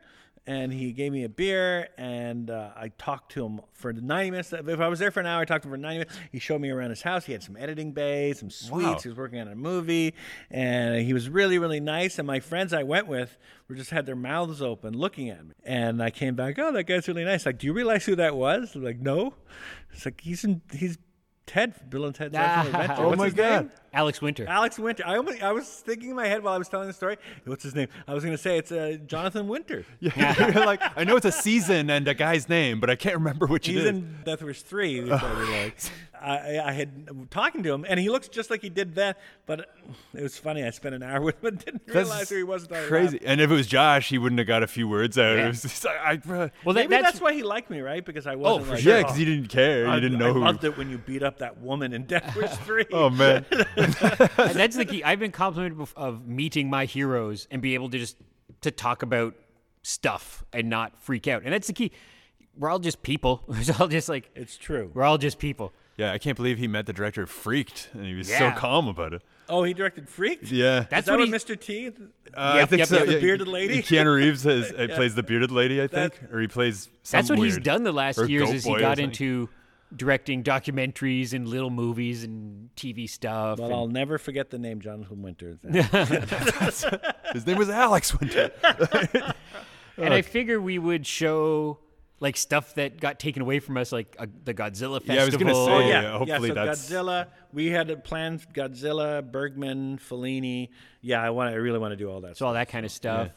And he gave me a beer, and uh, I talked to him for the 90 minutes. If I was there for an hour, I talked to him for 90 minutes. He showed me around his house. He had some editing bays, some suites. Wow. He was working on a movie, and he was really, really nice. And my friends I went with were just had their mouths open looking at me. And I came back, oh, that guy's really nice. Like, do you realize who that was? They're like, no. It's like, he's in, he's Ted, Bill and Ted's <laughs> Excellent Adventure. Oh What's my his God. name? <laughs> Alex Winter. Alex Winter. I almost, I was thinking in my head while I was telling the story. What's his name? I was going to say it's uh, Jonathan Winter. Yeah. You're <laughs> like, I know it's a season and a guy's name, but I can't remember which it He's is. in Death Wish Three. which I really <laughs> liked. I, I had talking to him, and he looks just like he did then. But it was funny. I spent an hour with him and didn't That's realize who he was. until I Crazy. left. And if it was Josh, he wouldn't have got a few words out. Yeah. It was just, I, I, well, that, Maybe that's, that's why he liked me, right? Because I wasn't. for like, yeah, "Oh, because you didn't care. I- you didn't I know loved who. it when you beat up that woman <laughs> in Death Wish Three. Oh <laughs> man, that's the key. I've been complimented bef- of meeting my heroes and be able to just to talk about stuff and not freak out. And that's the key. We're all just people. <laughs> We're all just like it's true. we're all just people. yeah, I can't believe he met the director. of Freaked, and he was Yeah. so calm about it. Oh, he directed Freaked. Yeah, That's Is that what with he- Mr. T? uh, I Yep, think yep, so. yep. yeah. The bearded <laughs> lady? Keanu Reeves has <laughs> uh, plays the bearded lady, I think, That- or he plays. Some That's what he's weird- done the last or years Goat is Boy he or got something. into directing documentaries and little movies and TV stuff. But and- I'll never forget the name Jonathan Winter. <laughs> His name was Alex <laughs> Winter. And I figure we would show like stuff that got taken away from us, like uh, the Godzilla festival. Yeah, I was gonna Oh, say, yeah, hopefully so that's- Godzilla. We had plans: Godzilla, Bergman, Fellini. Yeah, I want. I really want to do all that. so all that kind of stuff.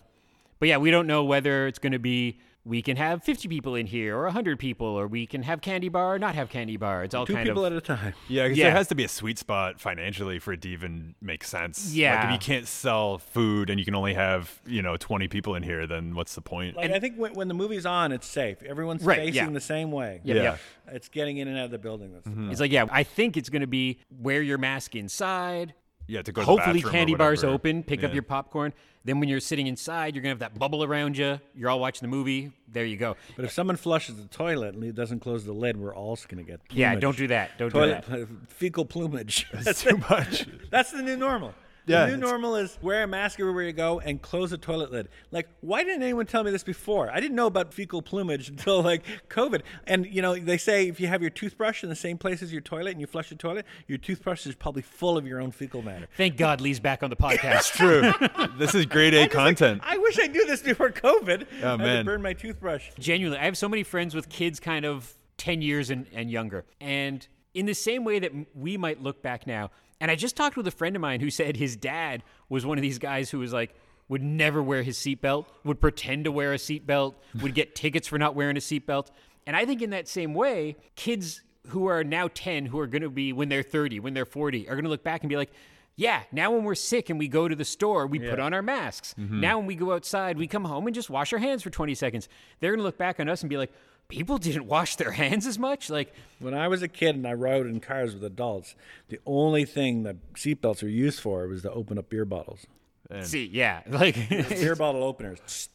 But yeah, we don't know whether it's going to be we can have 50 people in here or 100 people, or we can have candy bar or not have candy bar. It's all Two kind people of at a time. Yeah, because Yeah. there has to be a sweet spot financially for it to even make sense. Yeah. like if you can't sell food and you can only have you know twenty people in here, then what's the point? Like I think when, when the movie's on, it's safe. Everyone's Right, facing yeah. the same way. yeah. yeah. Mm-hmm. It's getting in and out of the building. That's It's like yeah, I think it's going to be wear your mask inside. yeah, to go. To the Hopefully, bathroom or candy bars whatever. open. Pick <laughs> up Yeah. your popcorn. Then, when you're sitting inside, you're gonna have that bubble around you. You're all watching the movie. There you go. But if someone flushes the toilet and it doesn't close the lid, we're all just gonna get plumage. Yeah, don't do that. Don't do toilet that. pl- <laughs> fecal plumage. That's too much. That's the new normal. Yeah, the new it's- normal is wear a mask everywhere you go and close the toilet lid. Like, why didn't anyone tell me this before? I didn't know about fecal plumage <laughs> until like COVID. And you know, they say if you have your toothbrush in the same place as your toilet and you flush the toilet, your toothbrush is probably full of your own fecal matter. Thank God Lee's <laughs> back on the podcast. <laughs> True. this is grade A content. I wish I knew this before COVID. Oh, I had to man. burn my toothbrush. genuinely i have so many friends with kids kind of 10 years and, and younger and in the same way that m- we might look back now and i just talked with a friend of mine who <laughs> said his dad was one of these guys who was like would never wear his seatbelt would pretend to wear a seatbelt would get tickets for not wearing a seatbelt and i think in that same way kids who are now 10 who are going to be when they're 30 when they're 40 are going to look back and be like yeah, now when we're sick and we go to the store, we put on our masks. Now when we go outside, we come home and just wash our hands for 20 seconds. They're going to look back on us and be like, people didn't wash their hands as much? Like, When I was a kid and I rode in cars with adults, the only thing that seatbelts were used for was to open up beer bottles. see, yeah. <laughs> Like <laughs> Beer bottle openers.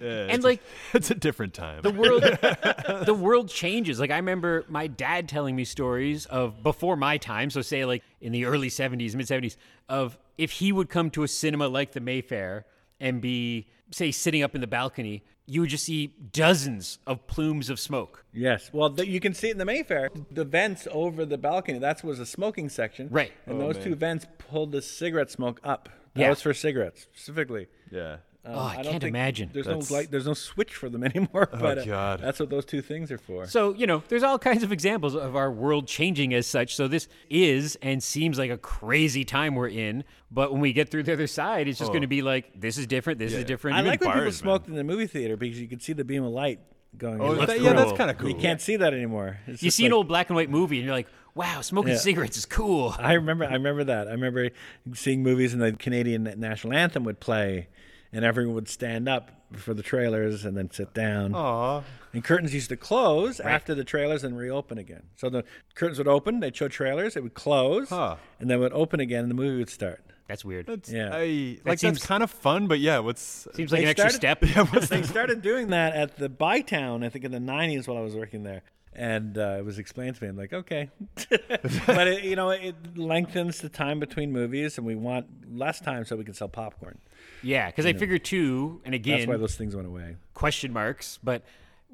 and like <laughs> It's a different time. the world the world changes. Like I remember my dad telling me stories of before my time, so say like in the early 70s, mid 70s of if he would come to a cinema like the Mayfair and be say sitting up in the balcony, you would just see dozens of plumes of smoke. Yes. Well, the, you can see it in the Mayfair. The vents over the balcony, that was a smoking section. Right. Oh, And those two vents pulled the cigarette smoke up. That Yeah. was for cigarettes specifically. Yeah. Um, Oh, I don't can't think- imagine. Oh, There's That's- no light. There's no switch for them <laughs> anymore. but uh, God. that's what those two things are for. So, you know, there's all kinds of examples of our world changing as such. So, this is and seems like a crazy time we're in. But when we get through the other side, it's Oh. just going to be like, this is different, this is different. I like when people bars, man. smoked in the movie theater because you could see the beam of light going. in. Oh, That's that, yeah, that's cool. kind of cool. You can't see that anymore. It's you just see like- an old black and white movie and you're like, wow, smoking Yeah. cigarettes is cool. I remember. I remember that. I remember seeing movies and the Canadian national anthem would play, and everyone would stand up for the trailers and then sit down. Aw. And curtains used to close after the trailers and reopen again. So the curtains would open, they'd show trailers, it would close, Huh. and then it would open again, and the movie would start. That's weird. That's, Yeah. I, like seems- that's kind of fun, but yeah, what's seems like They an extra started- step. <laughs> <laughs> they started doing that at the Bytown, I think in the 90s while I was working there. And uh, it was explained to me. I'm like, okay. <laughs> but, it, you know, it lengthens the time between movies, and we want less time so we can sell popcorn. yeah, because I figure two, and That's why again, those things went away. question marks, but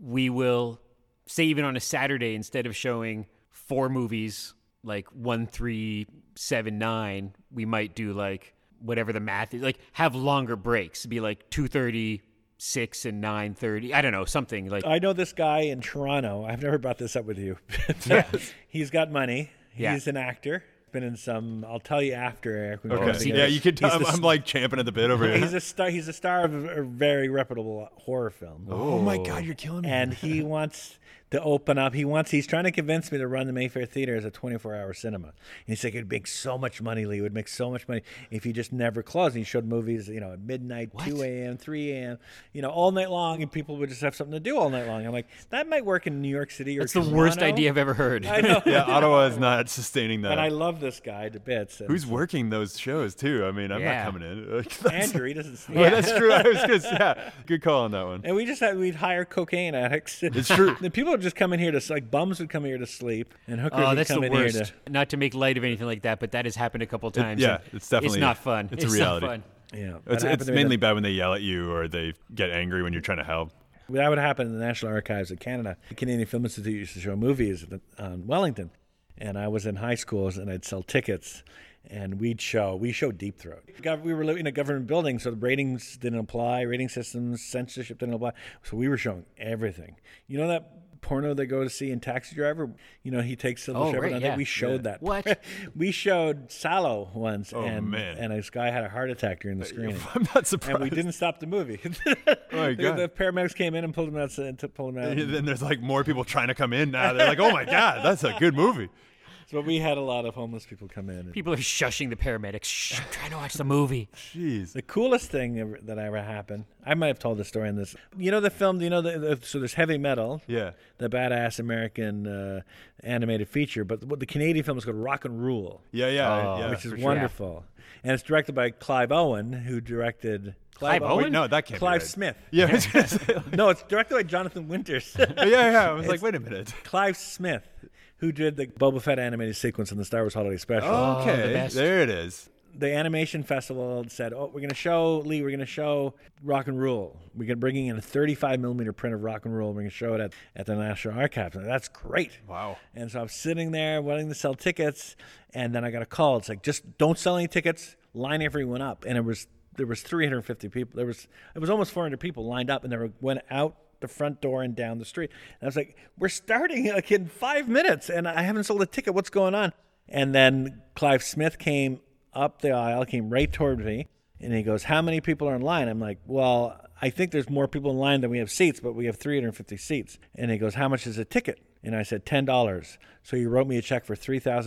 we will say even on a Saturday, instead of showing four movies like one, three, seven, nine, we might do like whatever the math is, like have longer breaks, be like two thirty, six, and nine thirty. I don't know, something like I know this guy in Toronto. I've never brought this up with you. <laughs> He's got money. He's Yeah. an actor. Been in some. I'll tell you after. Eric, when we're all Okay. together. Yeah, you could. He's I'm, the- I'm like champing at the bit over He's here. a star. He's a star of a a very reputable horror film. Oh my God, you're killing me. <laughs> And he wants to open up. He wants. He's trying to convince me to run the Mayfair Theater as a 24-hour cinema. And he's like, "It'd make so much money, Lee. It would make so much money if you just never closed." And he showed movies, you know, at midnight, 2 a.m., 3 a.m., you know, all night long, and people would just have something to do all night long. I'm like, that might work in New York City or. it's the worst Toronto." <laughs> idea I've ever heard. <laughs> I know. yeah, Ottawa is not sustaining that. And I love this guy to bits. And <laughs> Who's working those shows too? I mean, I'm Yeah. not coming in. <laughs> Like, that's, Andrew? <laughs> He doesn't. Sneak. yeah. that's true. I was <laughs> gonna say, yeah, good call on that one. And we just had we'd hire <laughs> cocaine addicts. It's true. <laughs> the people would just come in here to s- like bums would come here to sleep, and hookers Oh, would that's come the in here worst. to. Not to make light of anything like that, but that has happened a couple times. yeah, and it's definitely- it's not fun. it's a not reality. fun. Yeah, that It's, it's happened to me at the- mainly bad when they yell at you or they get angry when you're trying to help. <laughs> That would happen in the National Archives of Canada. The Canadian Film Institute used to show movies at the- on Wellington, and I was in high schools, and I'd sell tickets, and we'd show we showed Deep Throat. Gov- We were living in a government building, so the ratings didn't apply, rating systems, censorship didn't apply. So we were showing everything. You know that porno they go to see in Taxi Driver? You know he takes Silver Oh, Shepherd. right, I think yeah. we showed that. What? <laughs> we showed Sallow once, and man. and this guy had a heart attack during the screening. I'm not surprised. And we didn't stop the movie. <laughs> my the, God. the paramedics came in and pulled him out. And t- pulled him out. And <laughs> then there's like more people trying to come in now. They're like, oh my God, that's a good <laughs> movie. But we had a lot of homeless people come in. and- People are shushing the paramedics. Shh, I'm trying to watch the movie. Jeez. the coolest thing ever, that ever happened. I might have told the story in this. You know the film. You know the, the so there's heavy metal. Yeah. The badass American uh, animated feature, but what the Canadian film is called Rock and Rule, Yeah, yeah. yeah which is for sure. wonderful, and it's directed by Clive Owen, who directed Clive Owen? Oh, Wait, no, that can't Clive be right. Smith. Yeah, I was <laughs> gonna say, like- No, it's directed by Jonathan Winters. <laughs> yeah, yeah. I was like, wait a minute. Clive Smith, who did the Boba Fett animated sequence in the Star Wars Holiday Special. Oh, the Okay, best. there it is. The animation festival said, "Oh, we're going to show Lee. We're going to show Rock and Roll. We're going to bringing in a 35 millimeter print of Rock and Roll. We're going to show it at, at the National Archives. And that's great. Wow. And so I'm sitting there wanting to sell tickets, and then I got a call. It's like, just don't sell any tickets. Line everyone up. And it was there was 350 people. There was it was almost 400 people lined up, and they were, went out the front door and down the street. And I was like, we're starting like in five minutes, and I haven't sold a ticket. What's going on? And then Clive Smith came up the aisle, came right toward me, and he goes, How many people are in line? I'm like, Well, I think there's more people in line than we have seats, but we have 350 seats. And he goes, How much is a ticket? And I said, $10. So he wrote me a check for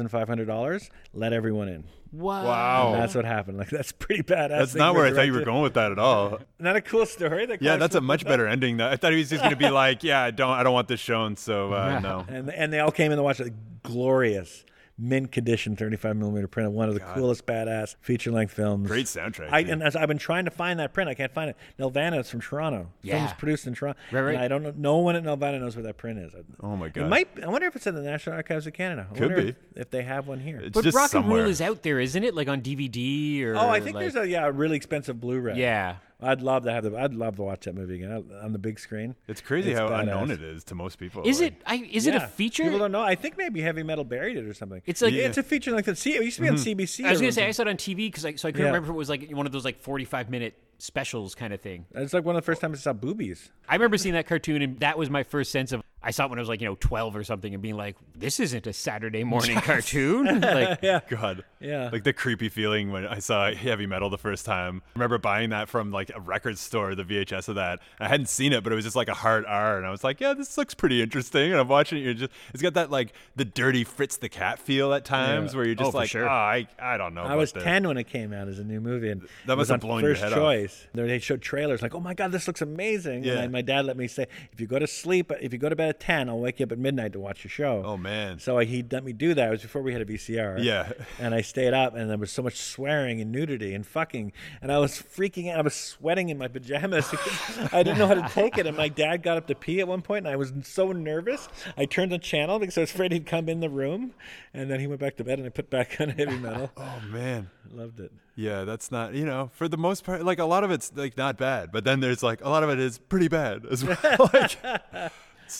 $3,500, let everyone in. Wow. Wow. That's what happened. Like, that's pretty badass. Oh. That's thing not for a where I thought you were director. going with that at <laughs> all. Not a cool story. that Yeah, Clive that's a Smith- much better ending. Though. I thought he was just gonna be like, yeah, I don't, I don't want this shown, so <laughs> uh, no. And, and they all came in to watch a glorious mint condition 35 millimeter print of one of the coolest badass feature length films. Great soundtrack, I, dude. and as I've been trying to find that print, I can't find it. Nelvana is from Toronto. The Film Yeah. was produced in Toronto. Right, right. And I don't know. No one at Nelvana knows where that print is. Oh my It God. might. I wonder if it's at the National Archives of Canada. I Could wonder be. If, if they have one here. It's But just Rock and somewhere. Roll is out there, isn't it? Like on DVD or oh, I think like- there's a yeah a really expensive Blu-ray. yeah. I'd love to have the, I'd love to watch that movie again I- on the big screen. It's crazy It's how badass. unknown it is to most people. Is Like, it? I, is it Yeah. a feature? People don't know. I think maybe heavy metal buried it or something. It's like- Yeah, it's a feature like that. See, it used to be Mm-hmm. on CBC. I was gonna or- say I saw it on TV because I, so I couldn't Yeah. remember if it was like one of those like forty-five minute specials kind of thing. It's like one of the first times I saw boobies. I remember seeing that cartoon and that was my first sense of. I saw it when I was like you know twelve or something and being like, this isn't a Saturday <laughs> morning cartoon. like <laughs> God. Yeah. Like the creepy feeling when I saw heavy metal the first time. I remember buying that from like a record store, the VHS of that. I hadn't seen it, but it was just like a hard R. And I was like, yeah, this looks pretty interesting. And I'm watching it. You're just, it's got that like the dirty Fritz the Cat feel at times where you're just for like, sure. oh, I, I don't know. I about was this." ten when it came out as a new movie, and it must was have on blown your first head off. choice. There They showed trailers like, "Oh my god, this looks amazing!" Yeah. And I, my dad let me say, "If you go to sleep, if you go to bed at ten, I'll wake you up at midnight to watch your show." Oh, man. So I, he let me do that. It was before we had a VCR. Yeah. And I stayed up, and there was so much swearing and nudity and fucking, and I was freaking out. I was sweating in my pajamas. <laughs> because I didn't know how to take it. And my dad got up to pee at one point, and I was so nervous. I turned the channel because I was afraid he'd come in the room, and then he went back to bed, and I put back <laughs> on heavy metal. Oh, man. Loved it. Yeah, that's not, you know, for the most part, like a lot of it's like not bad, but then there's like a lot of it is pretty bad as <laughs> well. <laughs> like, well,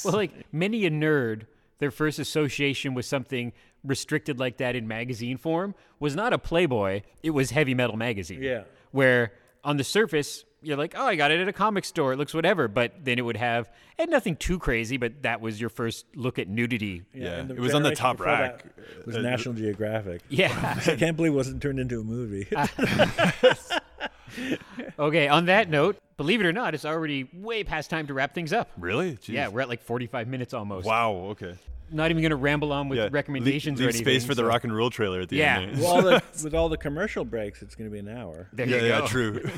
like many a nerd, their first association with something restricted like that in magazine form was not a Playboy, it was Heavy Metal Magazine. Yeah. Where on the surface, you're like, oh, I got it at a comic store. It looks whatever. But then it would have, and nothing too crazy, but that was your first look at nudity. Yeah, and it was on the generation top before that rack. was Uh, National <laughs> Geographic. Yeah. I can't believe it wasn't turned into a movie. okay. On that note, believe it or not, it's already way past time to wrap things up. really? Jeez. Yeah, we're at like 45 minutes almost. Wow. Okay. Not even going to ramble on with Yeah. recommendations leave, or leave anything. space for the so- rock and roll trailer at the Yeah. end. eh? with, all the, with all the commercial breaks, it's going to be an hour. There yeah, you yeah, go. <laughs> true.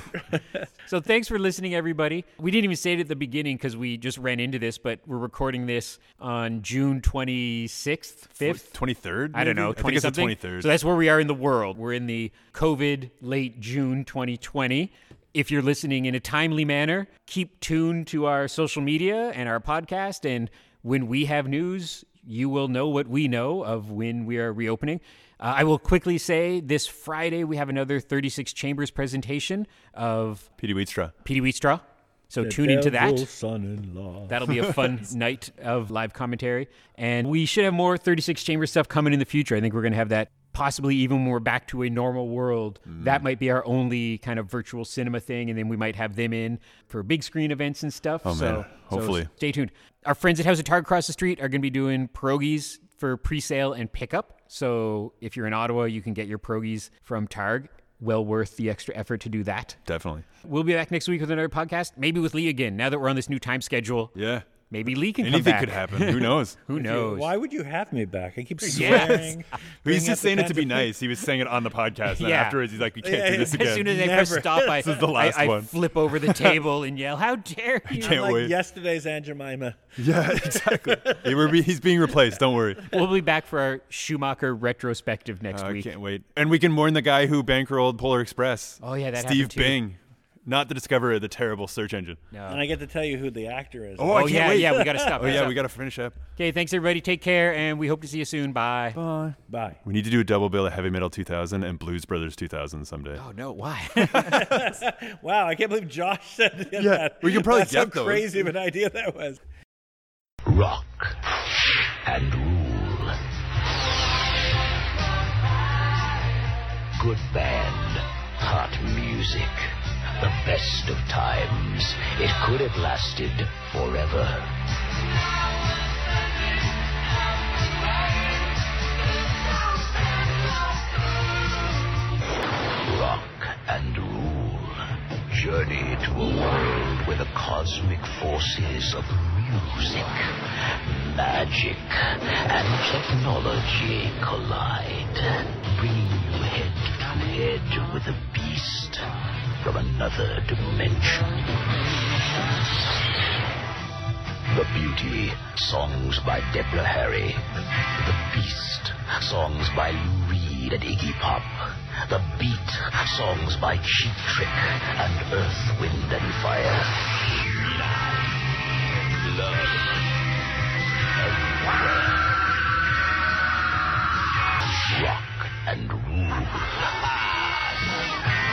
So thanks for listening, everybody. We didn't even say it at the beginning because we just ran into this, but we're recording this on June 26th, 5th. Twenty third. I don't know, I think 20 it's the something. twenty third. So that's where we are in the world. We're in the COVID late June 2020. If you're listening in a timely manner, keep tuned to our social media and our podcast. And when we have news, you will know what we know of when we are reopening. Uh, I will quickly say this Friday, we have another 36 Chambers presentation of Petey Wheatstra. Petey Wheatstraw. So tune into that. Devil Son-in-law. That'll be a fun night of live commentary. And we should have more 36 Chamber stuff coming in the future. I think we're going to have that possibly even when we're back to a normal world. Mm. That might be our only kind of virtual cinema thing. And then we might have them in for big screen events and stuff. Oh, man. Hopefully. stay tuned. Our friends at House of Tar across the street are going to be doing pierogies for pre sale and pickup. So if you're in Ottawa, you can get your pierogies from Targ. Well worth the extra effort to do that. Definitely. We'll be back next week with another podcast, maybe with Lee again. Now that we're on this new time schedule, Yeah. Maybe Lee can come Anything back. could happen. <laughs> Who knows? Who knows? Why would you have me back? I keep <laughs> Yes. swearing. He's bringing just up the saying it to kinds be of- nice. He was saying it on the podcast, and then Yeah. afterwards he's like, "We can't Yeah, do this again." <laughs> <laughs> As soon as I press <laughs> Never. stop, I, is the last I, I one. flip over the table and yell, <laughs> "How dare you!" can't Like wait. yesterday's Aunt Jemima. yeah, exactly. He- we're be- he's <laughs> being replaced. Don't worry. We'll be back for our Schumacher retrospective next I week. can't wait. And we can mourn the guy who bankrolled Polar Express. Oh, yeah, that Steve happened too. Bing, not the discoverer of the terrible search engine. No. And I get to tell you who the actor is. Oh, I Oh can't yeah, wait. <laughs> yeah, we gotta <laughs> stop. Oh yeah, we got to finish up. Okay, thanks everybody. Take care, and we hope to see you soon. Bye. Bye. <laughs> We need to do a double bill of Heavy Metal 2000 and Blues Brothers 2000 someday. Oh <laughs> no, why? Wow, I can't believe Josh said that. Yeah, we could probably That's get how those. crazy of an idea that was. rock and rule. Good band, hot music, the best of times. It could have lasted forever. Rock and rule. Journey to a world where the cosmic forces of music, magic, and technology collide, bringing you head to head with a beast from another dimension. The Beauty, songs by Deborah Harry. The Beast, songs by Lou Reed and Iggy Pop. The Beat, songs by Cheap Trick and Earth, Wind and Fire. Love. Everywhere. Rock and rule.